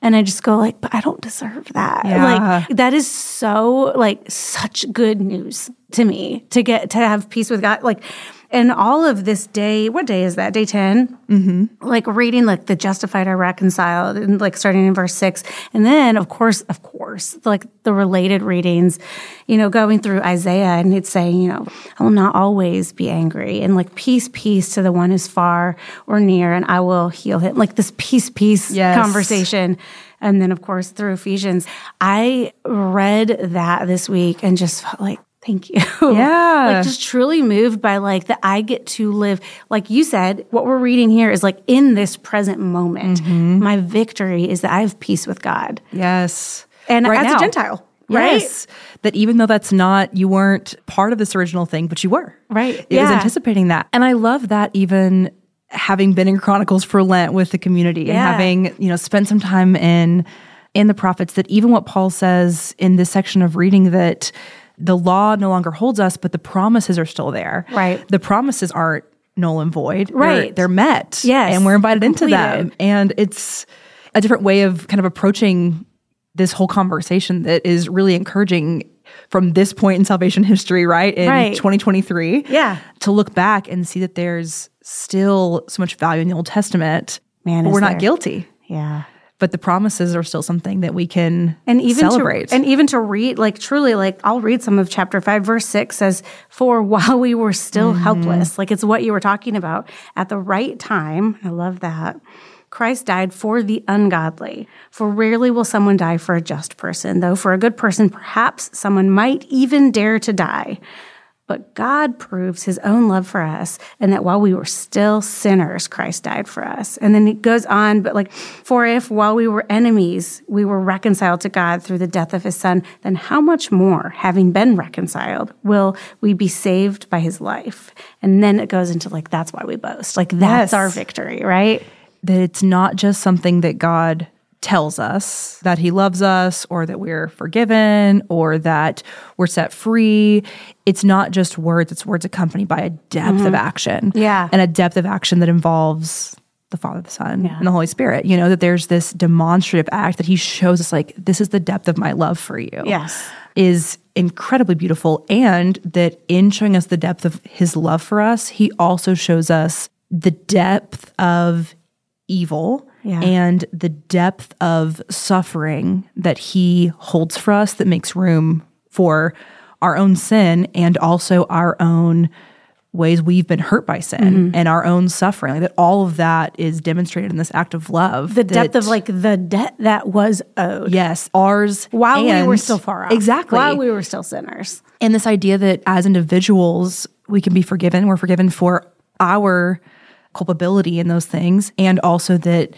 Speaker 1: And I just go like, but I don't deserve that.
Speaker 2: Yeah.
Speaker 1: Like that is so like such good news to me to get to have peace with God. Like and all of this day, what day is that? Day 10? like reading like the justified are reconciled and like starting in verse six and then of course of course like the related readings you know going through isaiah and it's saying you know i will not always be angry and like peace peace to the one who's far or near and i will heal him like this peace peace
Speaker 2: Yes.
Speaker 1: conversation and then of course through ephesians i read that this week and just felt like thank you
Speaker 2: Yeah.
Speaker 1: like just truly moved by like that I get to live, like you said, what we're reading here is like in this present moment.
Speaker 2: Mm-hmm.
Speaker 1: My victory is that I have peace with God.
Speaker 2: Yes.
Speaker 1: And
Speaker 2: Right
Speaker 1: as
Speaker 2: now.
Speaker 1: a Gentile, right?
Speaker 2: Yes. That even though that's not, you weren't part of this original thing, but you were.
Speaker 1: Right.
Speaker 2: It was
Speaker 1: Yeah.
Speaker 2: anticipating that. And I love that even having been in Chronicles for Lent with the community and
Speaker 1: Yeah.
Speaker 2: having, you know, spent some time in in the prophets that even what Paul says in this section of reading that the law no longer holds us, but the promises are still there.
Speaker 1: Right.
Speaker 2: The promises aren't null and void. They're-
Speaker 1: Right.
Speaker 2: They're, met.
Speaker 1: Yes.
Speaker 2: And we're invited into them.
Speaker 1: Completed.
Speaker 2: And it's a different way of kind of approaching this whole conversation that is really encouraging from this point in salvation history, right? In
Speaker 1: Right.
Speaker 2: 2023.
Speaker 1: Yeah.
Speaker 2: To look back and see that there's still so much value in the Old Testament.
Speaker 1: Man,
Speaker 2: but
Speaker 1: is
Speaker 2: we're
Speaker 1: there.
Speaker 2: not guilty.
Speaker 1: Yeah.
Speaker 2: But the promises are still something that we can
Speaker 1: and even
Speaker 2: celebrate.
Speaker 1: to and even to read like truly like I'll read some of chapter 5 verse 6 says for while we were still helpless like it's what you were talking about at the right time I love that Christ died for the ungodly for rarely will someone die for a just person though for a good person perhaps someone might even dare to die but God proves his own love for us, and that while we were still sinners, Christ died for us. And then it goes on, but like, for if while we were enemies, we were reconciled to God through the death of his son, then how much more, having been reconciled, will we be saved by his life? And then it goes into like, that's why we boast. Like, that's
Speaker 2: Yes.
Speaker 1: our victory, right?
Speaker 2: that it's not just something that God tells us that he loves us or that we're forgiven or that we're set free. It's not just words, it's words accompanied by a depth of action.
Speaker 1: Yeah.
Speaker 2: And a depth of action that involves the Father, the Son, and the Holy Spirit. You know, that there's this demonstrative act that he shows us like this is the depth of my love for you
Speaker 1: Yes.
Speaker 2: is incredibly beautiful and that in showing us the depth of his love for us he also shows us the depth of evil
Speaker 1: Yeah.
Speaker 2: and the depth of suffering that he holds for us that makes room for our own sin and also our own ways we've been hurt by sin
Speaker 1: Mm-hmm.
Speaker 2: and our own suffering Like, that all of that is demonstrated in this act of love
Speaker 1: The depth
Speaker 2: that-
Speaker 1: of like the debt that was owed
Speaker 2: yes ours
Speaker 1: while we were
Speaker 2: and-
Speaker 1: still far off.
Speaker 2: exactly
Speaker 1: While we were still sinners.
Speaker 2: and this idea that as individuals, we can be forgiven, we're forgiven for our culpability in those things, and also that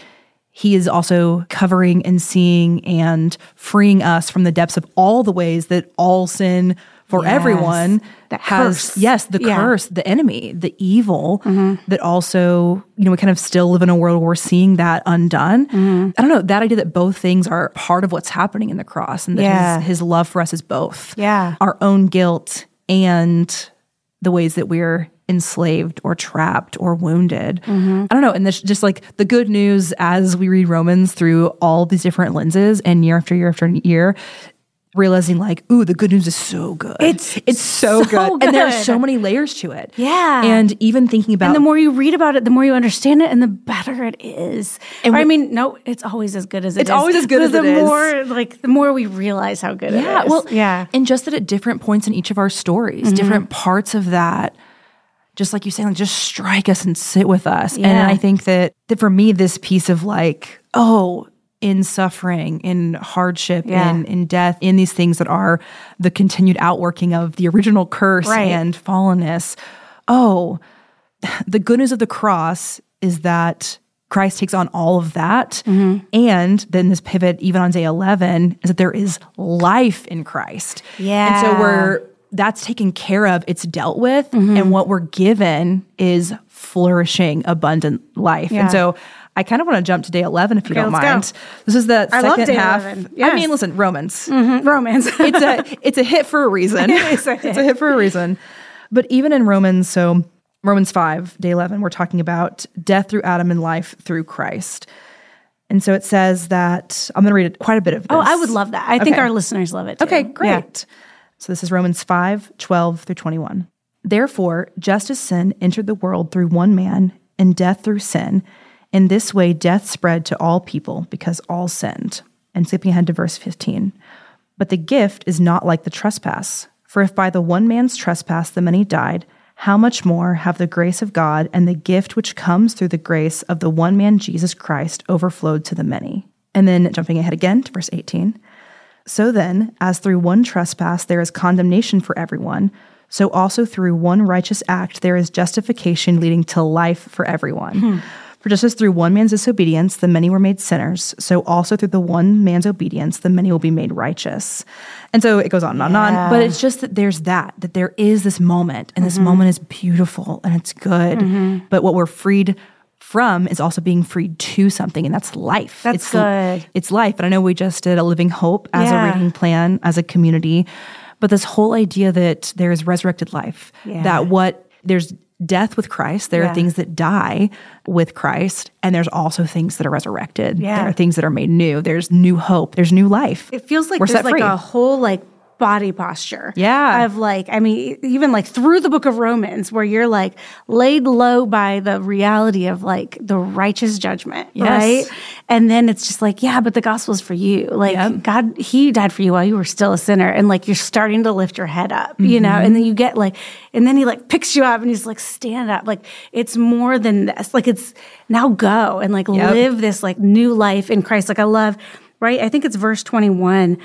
Speaker 2: he is also covering and seeing and freeing us from the depths of all the ways that all sin for
Speaker 1: Yes.
Speaker 2: everyone
Speaker 1: That
Speaker 2: has
Speaker 1: curse.
Speaker 2: yes the
Speaker 1: Yeah. Mm-hmm.
Speaker 2: curse the enemy the evil that also you know we kind of still live in a world where we're seeing that undone
Speaker 1: Mm-hmm.
Speaker 2: i don't know that idea that both things are part of what's happening in the cross and that
Speaker 1: Yeah.
Speaker 2: his, his love for us is both
Speaker 1: Yeah.
Speaker 2: our own guilt and the ways that we're enslaved or trapped or wounded.
Speaker 1: Mm-hmm.
Speaker 2: I don't know. And this just like the good news as we read Romans through all these different lenses and year after year after year, realizing like, ooh, the good news is so good.
Speaker 1: It's
Speaker 2: it's so,
Speaker 1: so
Speaker 2: good. And there are
Speaker 1: good.
Speaker 2: so many layers to it.
Speaker 1: Yeah.
Speaker 2: And even thinking about
Speaker 1: And the more you read about it, the more you understand it, and the better it is. Or, I mean, no, it's always as good as it
Speaker 2: It's
Speaker 1: is.
Speaker 2: always as good
Speaker 1: But [laughs]
Speaker 2: as
Speaker 1: the
Speaker 2: it is.
Speaker 1: more, like the more we realize how good it
Speaker 2: yeah,
Speaker 1: is.
Speaker 2: well,
Speaker 1: yeah, Mm-hmm.
Speaker 2: and just that at different points in each of our stories, different parts of that, just like you saying, like, just strike us and sit with us.
Speaker 1: Yeah.
Speaker 2: And I think that that for me, this piece of like, oh, in suffering, in hardship,
Speaker 1: Yeah.
Speaker 2: in in death, in these things that are the continued outworking of the original curse
Speaker 1: Right.
Speaker 2: and fallenness. Oh, the good news of the cross is that Christ takes on all of that.
Speaker 1: Mm-hmm.
Speaker 2: And then this pivot, even on day 11, is that there is life in Christ. And so
Speaker 1: Yeah. Mm-hmm.
Speaker 2: we're, that's taken care of, it's dealt with. And what we're given is flourishing, abundant life.
Speaker 1: Yeah.
Speaker 2: And so I kind of want to jump to day 11 if you
Speaker 1: Okay,
Speaker 2: don't
Speaker 1: let's go.
Speaker 2: mind. This is the
Speaker 1: I love
Speaker 2: second
Speaker 1: day
Speaker 2: half.
Speaker 1: 11.
Speaker 2: I
Speaker 1: Yes.
Speaker 2: mean, listen, Romans
Speaker 1: Mhm. romance. [laughs]
Speaker 2: it's a it's a hit for a reason.
Speaker 1: is a
Speaker 2: It's a hit for a reason. But even in Romans, so Romans five, day eleven, we're talking about death through Adam and life through Christ. And so it says that I'm going to read it quite a bit of. This.
Speaker 1: oh, I would love that. I think
Speaker 2: Okay.
Speaker 1: our listeners love it. Too.
Speaker 2: Okay, great.
Speaker 1: Yeah.
Speaker 2: So this is Romans 5 12 through 21. Therefore, just as sin entered the world through one man, and death through sin, in this way death spread to all people because all sinned. And skipping ahead to verse 15. But the gift is not like the trespass. For if by the one man's trespass the many died, how much more have the grace of God and the gift which comes through the grace of the one man Jesus Christ overflowed to the many? And then jumping ahead again to verse 18. So then, as through one trespass there is condemnation for everyone, so also through one righteous act there is justification leading to life for everyone.
Speaker 1: Hmm.
Speaker 2: For just as through one man's disobedience the many were made sinners, so also through the one man's obedience the many will be made righteous. And so it goes on and on and on. But it's just that there's that, that there is this moment, and this
Speaker 1: Mm-hmm.
Speaker 2: moment is beautiful and it's good. But what we're freed from is also being freed to something, and that's life.
Speaker 1: That's
Speaker 2: it's,
Speaker 1: good.
Speaker 2: It's life. And I know we just did a living hope as
Speaker 1: Yeah.
Speaker 2: a reading plan, as a community. But this whole idea that there is resurrected life,
Speaker 1: Yeah.
Speaker 2: that what there's death with Christ, there
Speaker 1: Yeah.
Speaker 2: are things that die with Christ, and there's also things that are resurrected.
Speaker 1: Yeah.
Speaker 2: There are things that are made new. There's new hope. There's new life.
Speaker 1: It feels like
Speaker 2: We're
Speaker 1: there's
Speaker 2: set
Speaker 1: like
Speaker 2: free.
Speaker 1: a whole like body posture.
Speaker 2: Yeah.
Speaker 1: Of like, I mean, e-, even like through the book of Romans, where you're like laid low by the reality of like the righteous judgment,
Speaker 2: Yes.
Speaker 1: right? And then it's just like, yeah, but the gospel is for you. Like,
Speaker 2: Yep.
Speaker 1: God, He died for you while you were still a sinner. And like, you're starting to lift your head up, you know?
Speaker 2: Mm-hmm.
Speaker 1: And then you get like, and then He like picks you up and He's like, stand up. Like, it's more than this. Like, it's now go and like
Speaker 2: Yep.
Speaker 1: live live this like new life in Christ. Like I love, right? I think it's verse 21.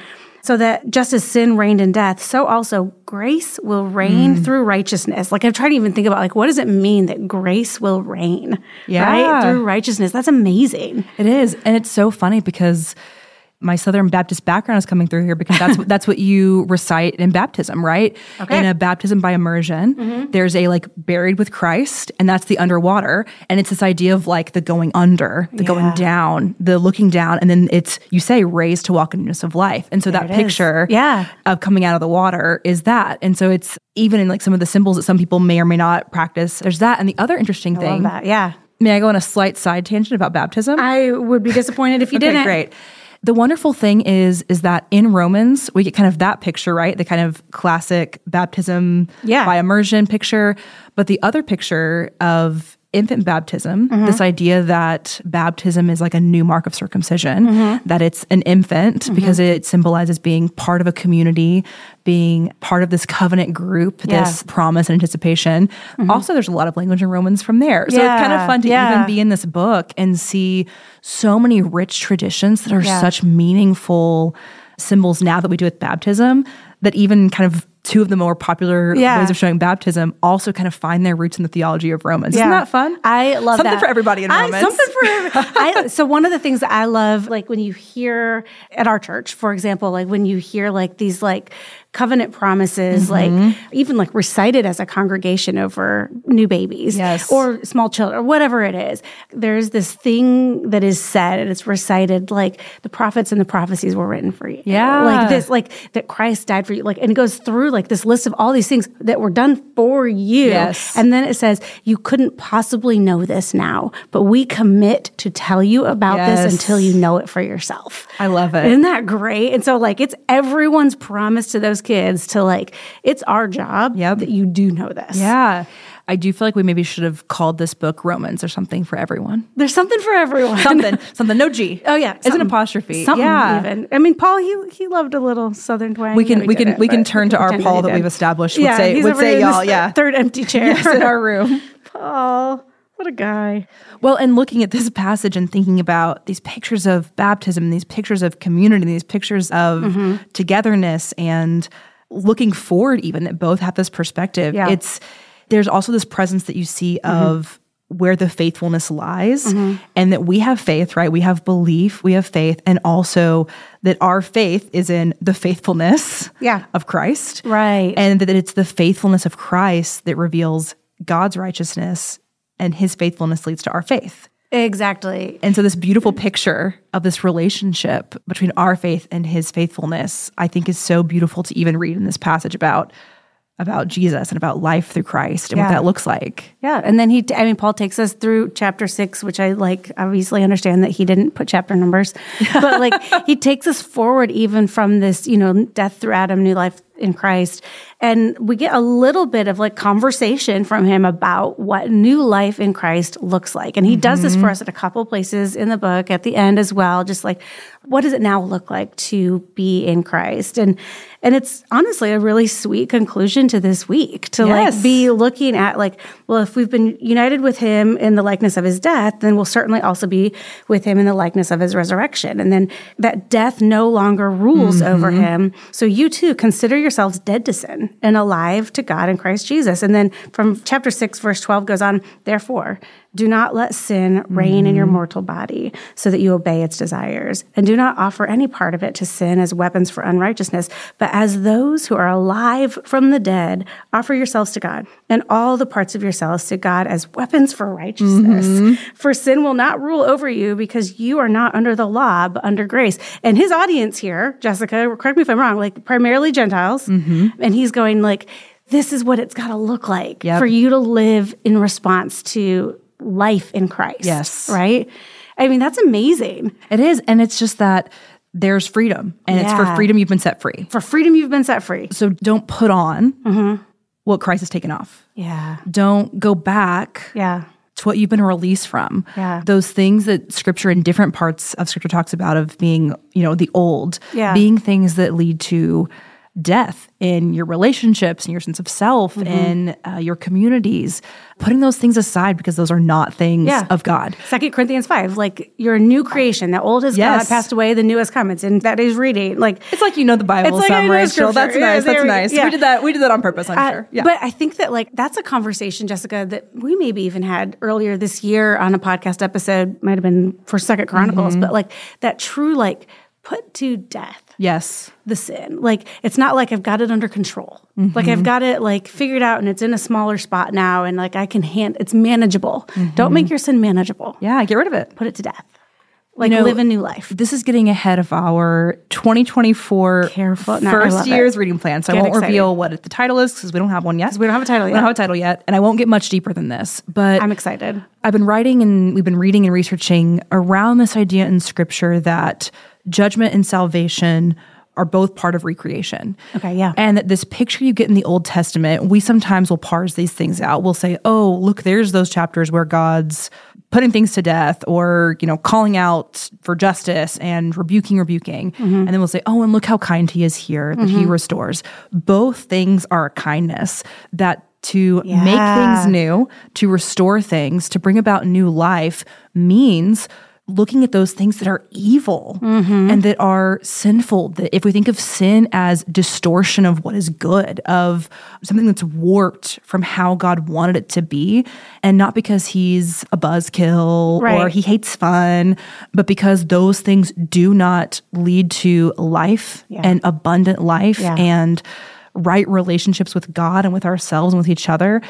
Speaker 1: So that just as sin reigned in death, so also grace will reign through righteousness. Like I've tried to even think about like what does it mean that grace will reign?
Speaker 2: Yeah.
Speaker 1: Right? Through righteousness. That's amazing.
Speaker 2: It is, and it's so funny because my Southern Baptist background is coming through here because
Speaker 1: [laughs]
Speaker 2: that's what- that's what you recite in baptism, right?
Speaker 1: Okay. Mm-hmm.
Speaker 2: In a baptism by immersion, there's a like buried with Christ, and that's the underwater, and it's this idea of like the going under, the going down, the looking down, and then it's you say raised to walk in newness of life, and so that
Speaker 1: it is.
Speaker 2: picture,
Speaker 1: Yeah.
Speaker 2: of coming out of the water is that, and so it's even in like some of the symbols that some people may or may not practice. There's that, and the other interesting
Speaker 1: Love
Speaker 2: thing.
Speaker 1: that. Yeah.
Speaker 2: May I go on a slight side tangent about baptism?
Speaker 1: I would be disappointed if you
Speaker 2: Okay,
Speaker 1: didn't.
Speaker 2: great. The wonderful thing is, is that in Romans we get kind of that picture, right? The kind of classic baptism
Speaker 1: Yeah.
Speaker 2: by immersion picture, but the other picture of infant baptism,
Speaker 1: Mm-hmm.
Speaker 2: this idea that baptism is like a new mark of circumcision,
Speaker 1: Mm-hmm.
Speaker 2: that it's an infant because it symbolizes being part of a community, being part of this covenant group,
Speaker 1: Yeah. Mm-hmm.
Speaker 2: this promise and anticipation. Also, there's a lot of language in Romans from there, so it's kind of
Speaker 1: Yeah,
Speaker 2: fun to
Speaker 1: yeah.
Speaker 2: even be in this book and see so many rich traditions that are
Speaker 1: Yeah.
Speaker 2: such meaningful symbols now that we do with baptism that even kind of two of the more popular
Speaker 1: Yeah.
Speaker 2: ways of showing baptism also kind of find their roots in the theology of Romans. Isn't
Speaker 1: Yeah.
Speaker 2: that fun?
Speaker 1: I love
Speaker 2: something
Speaker 1: that.
Speaker 2: for everybody in
Speaker 1: I-
Speaker 2: Romans.
Speaker 1: Something for
Speaker 2: [laughs]
Speaker 1: everybody. so one of the things that I love, like when you hear at our church, for example, like when you hear like these like covenant promises,
Speaker 2: Mm-hmm.
Speaker 1: like even like recited as a congregation over new babies
Speaker 2: Yes.
Speaker 1: or small children or whatever it is, there's this thing that is said and it's recited like the prophets and the prophecies were written for you.
Speaker 2: Yeah.
Speaker 1: Like this, like that Christ died for you. Like, and it goes through like this list of all these things that were done for you.
Speaker 2: Yes.
Speaker 1: And then it says, You couldn't possibly know this now, but we commit to tell you about
Speaker 2: Yes.
Speaker 1: this until you know it for yourself.
Speaker 2: I love it.
Speaker 1: Isn't that great? And so, like, it's everyone's promise to those kids to, like, it's our job
Speaker 2: Yep.
Speaker 1: that you do know this.
Speaker 2: yeah. I do feel like we maybe should have called this book Romans or something
Speaker 1: [laughs]
Speaker 2: for everyone.
Speaker 1: There's something for everyone.
Speaker 2: Something, something, no G.
Speaker 1: Oh, yeah.
Speaker 2: It's an
Speaker 1: something.
Speaker 2: apostrophe.
Speaker 1: Something
Speaker 2: yeah.
Speaker 1: even. I mean, Paul, he, he loved a little Southern twang.
Speaker 2: We can-
Speaker 1: and
Speaker 2: we
Speaker 1: did
Speaker 2: can-
Speaker 1: it,
Speaker 2: we can
Speaker 1: but
Speaker 2: turn to our
Speaker 1: pretend
Speaker 2: Paul that
Speaker 1: didn't.
Speaker 2: we've established. Would say-
Speaker 1: he's
Speaker 2: would
Speaker 1: over
Speaker 2: say,
Speaker 1: in this
Speaker 2: y'all, yeah.
Speaker 1: Third empty
Speaker 2: [laughs]
Speaker 1: chair. [laughs]
Speaker 2: in our room.
Speaker 1: Paul, what a guy.
Speaker 2: Well, and looking at this passage and thinking about these pictures of baptism, these pictures of community, these pictures of
Speaker 1: Mm-hmm.
Speaker 2: togetherness, and looking forward, even that both have this perspective.
Speaker 1: Yeah. Mm-hmm.
Speaker 2: It's there's also this presence that you see of where the faithfulness lies, and that we have faith, right? We have belief, we have faith, and also that our faith is in the faithfulness
Speaker 1: Yeah.
Speaker 2: of Christ,
Speaker 1: Right.
Speaker 2: and that it's the faithfulness of Christ that reveals God's righteousness and his faithfulness leads to our faith.
Speaker 1: Exactly.
Speaker 2: And so this beautiful picture of this relationship between our faith and his faithfulness, I think is so beautiful to even read in this passage about about Jesus and about life through Christ and what
Speaker 1: Yeah.
Speaker 2: that looks like.
Speaker 1: Yeah, and then he, I mean, Paul takes us through chapter six, which I like obviously understand that he didn't put chapter numbers, but like he takes us forward even from this, you know, death through Adam, new life in Christ. And we get a little bit of like conversation from him about what new life in Christ looks like. And he does this for us at a couple places in the book at the end as well, just like what does it now look like to be in Christ? And and it's honestly a really sweet conclusion to this week to
Speaker 2: Yes.
Speaker 1: like be looking at like well if we've been united with him in the likeness of his death then we'll certainly also be with him in the likeness of his resurrection and then that death no longer rules over him so you too consider yourselves dead to sin and alive to god in christ jesus and then from chapter 6 verse 12 goes on therefore do not let sin reign in your mortal body so that you obey its desires. And do not offer any part of it to sin as weapons for unrighteousness, but as those who are alive from the dead, offer yourselves to God and all the parts of yourselves to God as weapons for righteousness.
Speaker 2: Mm-hmm.
Speaker 1: For sin will not rule over you because you are not under the law, but under grace. And his audience here, Jessica, correct me if I'm wrong, like primarily Gentiles.
Speaker 2: Mm-hmm.
Speaker 1: And he's going like, this is what it's got to look like
Speaker 2: Yep.
Speaker 1: for you to live in response to life in Christ.
Speaker 2: Yes.
Speaker 1: Right? I mean, that's amazing.
Speaker 2: It is. And it's just that there's freedom, and it's for
Speaker 1: Yeah.
Speaker 2: freedom you've been set free.
Speaker 1: For freedom, you've been set free.
Speaker 2: So don't put on what Christ has taken off.
Speaker 1: Yeah.
Speaker 2: Don't go back
Speaker 1: Yeah.
Speaker 2: to what you've been released from.
Speaker 1: Yeah.
Speaker 2: Those things that scripture in different parts of scripture talks about of being, you know, the old,
Speaker 1: Yeah.
Speaker 2: being things that lead to death in your relationships and your sense of self
Speaker 1: Mm-hmm.
Speaker 2: and uh, your communities, putting those things aside because those are not things
Speaker 1: Yeah.
Speaker 2: of God.
Speaker 1: Second Corinthians five, like you're a new creation. The old is
Speaker 2: Yes.
Speaker 1: God passed away, the new has come. It's in that is reading. Like
Speaker 2: It's like you know the Bible,
Speaker 1: It's like I
Speaker 2: some
Speaker 1: know
Speaker 2: Rachel.
Speaker 1: Scripture.
Speaker 2: That's
Speaker 1: Yeah,
Speaker 2: nice.
Speaker 1: there
Speaker 2: That's
Speaker 1: we go.
Speaker 2: nice.
Speaker 1: Yeah.
Speaker 2: We did that. We did that on purpose. I'm
Speaker 1: Uh,
Speaker 2: sure. Yeah.
Speaker 1: But I think that like that's a conversation, Jessica, that we maybe even had earlier this year on a podcast episode, might have been for Second Chronicles,
Speaker 2: Mm-hmm.
Speaker 1: but like that true like put to death
Speaker 2: yes.
Speaker 1: the sin. Like it's not like I've got it under control. Like
Speaker 2: Mm-hmm.
Speaker 1: I've got it like figured out and it's in a smaller spot now and like I can hand it's manageable. Don't make your sin manageable.
Speaker 2: Mm-hmm. Yeah. Get rid of it.
Speaker 1: Put it to death. Like
Speaker 2: know,
Speaker 1: live a new life.
Speaker 2: This is getting ahead of our 2024
Speaker 1: Careful. No, I
Speaker 2: first
Speaker 1: love it.
Speaker 2: year's reading plan. So
Speaker 1: Get
Speaker 2: I won't
Speaker 1: excited.
Speaker 2: reveal what the title is because we don't have one yet.
Speaker 1: we don't have a title
Speaker 2: We
Speaker 1: yet.
Speaker 2: don't have a title yet. And I won't get much deeper than this. But
Speaker 1: I'm excited.
Speaker 2: I've been writing and we've been reading and researching around this idea in scripture that judgment and salvation are both part of recreation.
Speaker 1: Okay, yeah.
Speaker 2: And that this picture you get in the Old Testament, we sometimes will parse these things out. We'll say, "Oh, look, there's those chapters where God's putting things to death or, you know, calling out for justice and rebuking rebuking."
Speaker 1: Mm-hmm.
Speaker 2: And then we'll say, "Oh, and look how kind he is here that he restores." Both things are a kindness that to make
Speaker 1: Yeah.
Speaker 2: things new, to restore things, to bring about new life means looking at those things that are evil
Speaker 1: Mm-hmm.
Speaker 2: and that are sinful. That if we think of sin as distortion of what is good, of something that's warped from how God wanted it to be, and not because he's a buzzkill or
Speaker 1: Right.
Speaker 2: he hates fun, but because those things do not lead to life and abundant life
Speaker 1: Yeah.
Speaker 2: and right relationships with God and with ourselves and with each other,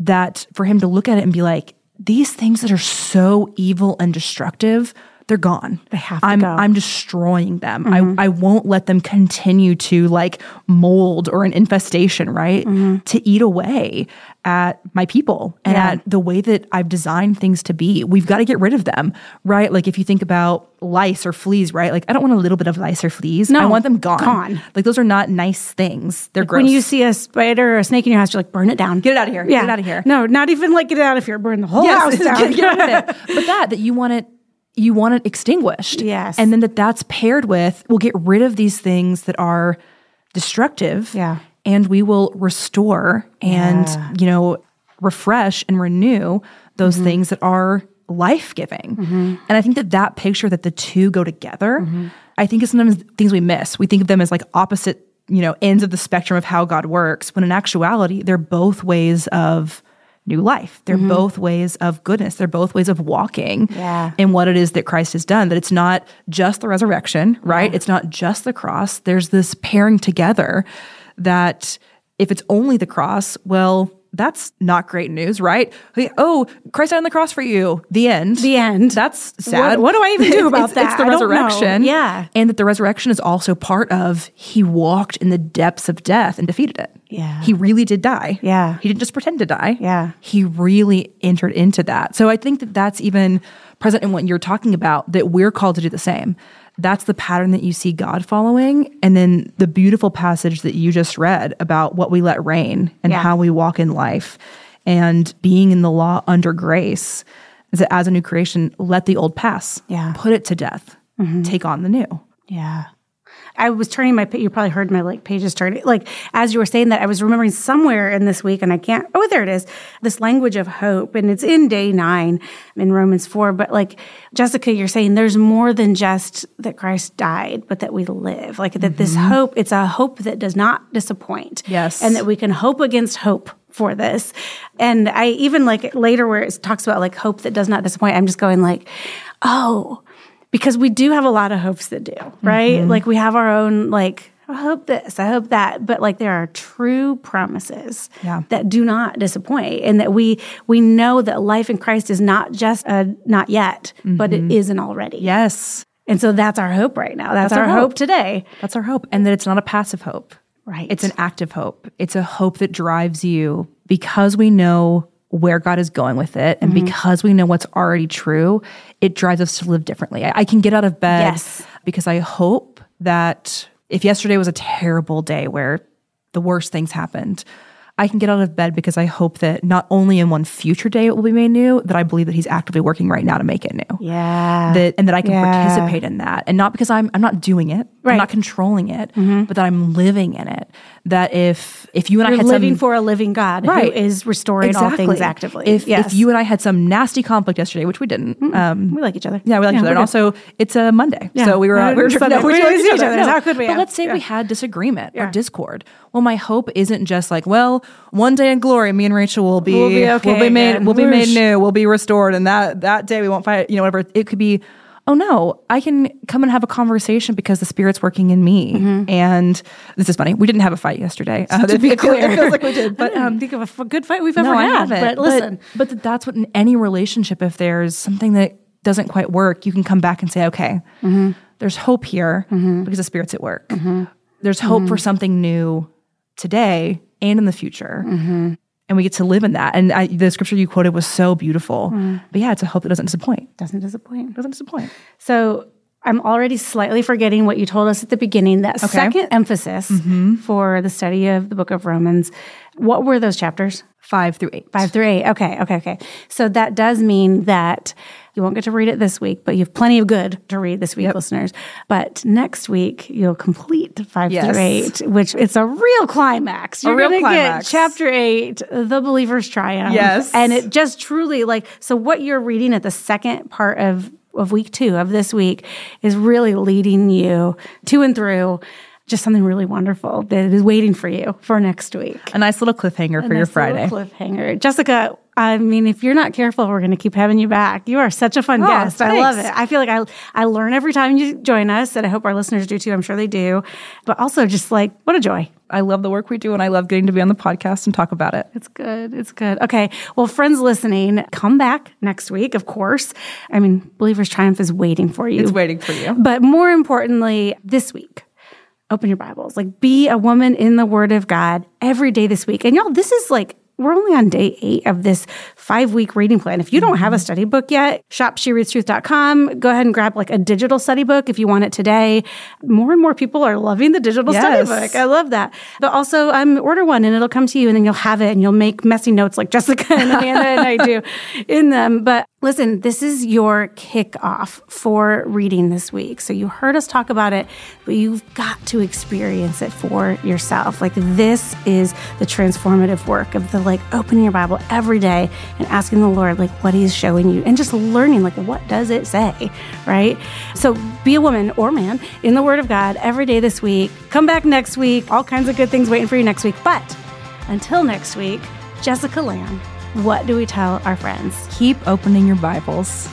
Speaker 2: that for him to look at it and be like, these things that are so evil and destructive, they're gone. They
Speaker 1: have to
Speaker 2: I'm
Speaker 1: go. Mm-hmm.
Speaker 2: I'm destroying them. I, I won't let them continue to like mold or an infestation, right? To eat away at my people and
Speaker 1: Mm-hmm. Yeah.
Speaker 2: at the way that I've designed things to be. We've got to get rid of them, right? Like if you think about lice or fleas, right? Like I don't want a little bit of lice or fleas. I
Speaker 1: No,
Speaker 2: want them gone.
Speaker 1: gone.
Speaker 2: Like those are not nice things. They're gross.
Speaker 1: When you see a spider or a snake in your house, you're like, burn it down.
Speaker 2: Get it out of here. Get
Speaker 1: Yeah.
Speaker 2: it out of here.
Speaker 1: No, not even like get it out of here. Burn the whole house
Speaker 2: yes,
Speaker 1: down.
Speaker 2: [laughs] get, get rid of it. But that that you want it you want it extinguished.
Speaker 1: Yes.
Speaker 2: And then that that's paired with we'll get rid of these things that are destructive.
Speaker 1: Yeah.
Speaker 2: And we will restore and you know refresh and renew those things that are life giving. And I think that that picture that the two go together, I think is sometimes things we miss. We think of them as like opposite, you know, ends of the spectrum of how God works, when in actuality, they're both ways of new life. They're both ways of goodness. They're both ways of walking
Speaker 1: Yeah.
Speaker 2: in what it is that Christ has done. That it's not just the resurrection, right? It's not just the cross. There's this pairing together that if it's only the cross, well, that's not great news, right? Hey, Oh, Christ died on the cross for you. The end.
Speaker 1: The end.
Speaker 2: That's sad.
Speaker 1: What- what do I even do
Speaker 2: [laughs] It's-
Speaker 1: about
Speaker 2: it's,
Speaker 1: that?
Speaker 2: It's the
Speaker 1: I don't know.
Speaker 2: resurrection.
Speaker 1: Yeah.
Speaker 2: And that the resurrection is also part of he walked in the depths of death and defeated it.
Speaker 1: Yeah.
Speaker 2: He really did die.
Speaker 1: Yeah.
Speaker 2: He didn't just pretend to die.
Speaker 1: Yeah.
Speaker 2: He really entered into that. So I think that that's even present in what you're talking about, that we're called to do the same. That's the pattern that you see God following. And then the beautiful passage that you just read about what we let reign and
Speaker 1: Yeah.
Speaker 2: how we walk in life and being in the law under grace is that as a new creation, let the old pass.
Speaker 1: Yeah. Mm-hmm.
Speaker 2: Put it to death. Take on the new.
Speaker 1: [laughs] Yeah. I was turning my, pa- you probably heard my like pages turning. Like as you were saying that, I was remembering somewhere in this week and I can't, oh, there it is. This language of hope. And it's in day nine in Romans four. But like Jessica, you're saying there's more than just that Christ died, but that we live. Like that this hope, it's a hope that does not disappoint.
Speaker 2: Mm-hmm. Yes.
Speaker 1: And that we can hope against hope for this. And I even like later where it talks about like hope that does not disappoint, I'm just going like, oh, because we do have a lot of hopes that do, right?
Speaker 2: Mm-hmm.
Speaker 1: Like we have our own like, I hope this, I hope that, but like there are true promises
Speaker 2: Yeah.
Speaker 1: that do not disappoint and that we we know that life in Christ is not just a not yet, but
Speaker 2: Mm-hmm.
Speaker 1: it is an already.
Speaker 2: Yes.
Speaker 1: And so that's our hope right now. That's,
Speaker 2: That's our
Speaker 1: our, hope
Speaker 2: hope.
Speaker 1: today.
Speaker 2: That's our hope. And that it's not a passive hope.
Speaker 1: Right.
Speaker 2: It's an active hope. It's a hope that drives you because we know where God is going with it
Speaker 1: Mm-hmm.
Speaker 2: and because we know what's already true, it drives us to live differently. I, I can get out of bed.
Speaker 1: Yes.
Speaker 2: because I hope that if yesterday was a terrible day where the worst things happened, I can get out of bed because I hope that not only in one future day it will be made new, that I believe that he's actively working right now to make it new.
Speaker 1: Yeah.
Speaker 2: That and that I can
Speaker 1: Uh, Yeah.
Speaker 2: participate in that. And not because I'm I'm not doing it,
Speaker 1: Right. Mm-hmm.
Speaker 2: I'm not controlling it, but that I'm living in it. That if if you and I
Speaker 1: You're
Speaker 2: had
Speaker 1: living
Speaker 2: some,
Speaker 1: for a living God
Speaker 2: Right.
Speaker 1: who is restoring all things actively.
Speaker 2: If,
Speaker 1: yes.
Speaker 2: if you and I had some nasty conflict yesterday, which we didn't, um,
Speaker 1: we like each other.
Speaker 2: yeah, we like each
Speaker 1: we're
Speaker 2: other. And
Speaker 1: good.
Speaker 2: also, it's a Monday. So we were,
Speaker 1: Yeah,
Speaker 2: [laughs]
Speaker 1: [laughs]
Speaker 2: we were,
Speaker 1: it's Sunday.
Speaker 2: no, we're
Speaker 1: We
Speaker 2: doing
Speaker 1: always
Speaker 2: each
Speaker 1: do each
Speaker 2: other.
Speaker 1: other's.
Speaker 2: No.
Speaker 1: How could we
Speaker 2: But
Speaker 1: have?
Speaker 2: let's say
Speaker 1: Yeah.
Speaker 2: we had disagreement
Speaker 1: Yeah.
Speaker 2: or discord. Well, my hope isn't just like, well, one day in glory, me and Rachel will be,
Speaker 1: We'll be okay
Speaker 2: we'll be made,
Speaker 1: again.
Speaker 2: we'll be made
Speaker 1: Whoosh.
Speaker 2: new, we'll be restored. And that, that day we won't fight, you know, whatever. It could be, oh no, I can come and have a conversation because the spirit's working in me.
Speaker 1: Mm-hmm.
Speaker 2: And this is funny. We didn't have a fight
Speaker 1: [laughs]
Speaker 2: yesterday. Uh, to be clear, it feels like we did, but,
Speaker 1: I don't
Speaker 2: um,
Speaker 1: think of a f- good fight we've ever had. But listen,
Speaker 2: but, th- that's what in any relationship, if there's something that doesn't quite work, you can come back and say, okay, there's hope here because the spirit's at work. There's hope for something new today and in the future. And we get to live in that. And I, the scripture you quoted was so beautiful. But yeah, it's a hope that doesn't disappoint.
Speaker 1: doesn't disappoint.
Speaker 2: Doesn't disappoint.
Speaker 1: So I'm already slightly forgetting what you told us at the beginning. That second emphasis for the study of the book of Romans. What were those chapters?
Speaker 2: Five through eight.
Speaker 1: Five through eight. Okay, okay, okay. So that does mean that you won't get to read it this week, but you have plenty of good to read this week, listeners. But next week you'll complete five
Speaker 2: Yes.
Speaker 1: through eight, which it's a real climax. You're
Speaker 2: real
Speaker 1: gonna
Speaker 2: climax.
Speaker 1: get chapter eight, the believer's triumph.
Speaker 2: Yes.
Speaker 1: And it just truly like so what you're reading at the second part of of week two of this week is really leading you to and through just something really wonderful that is waiting for you for next week
Speaker 2: A nice little cliffhanger for your
Speaker 1: nice little
Speaker 2: Friday.
Speaker 1: cliffhanger. Jessica, I mean, if you're not careful, we're going to keep having you back. You are such a fun
Speaker 2: Oh,
Speaker 1: guest. I love it.
Speaker 2: thanks.
Speaker 1: I feel like I I learn every time you join us, and I hope our listeners do too. I'm sure they do. But also, just like what a joy.
Speaker 2: I love the work we do and I love getting to be on the podcast and talk about it.
Speaker 1: It's good. It's good. Okay. Well, friends listening, come back next week, of course. I mean, Believer's Triumph is waiting for you.
Speaker 2: It's waiting for you.
Speaker 1: But more importantly, this week, open your Bibles. Like, be a woman in the Word of God every day this week. And y'all, this is like, we're only on day eight of this five week reading plan. If you don't have a study book yet, shopshereadstruth.com. Go ahead and grab like a digital study book if you want it today. More and more people are loving the digital
Speaker 2: Yes.
Speaker 1: study book. I love that. But also, um, order one and it'll come to you, and then you'll have it, and you'll make messy notes like Jessica and Amanda and I do in them. But listen, this is your kickoff for reading this week. So you heard us talk about it, but you've got to experience it for yourself. Like this is the transformative work of the like opening your Bible every day and asking the Lord like what He's showing you, and just learning like what does it say, right? So be a woman or man in the Word of God every day this week. Come back next week. All kinds of good things waiting for you next week. But until next week, Jessica Lamb, what do we tell our friends?
Speaker 2: Keep opening your Bibles.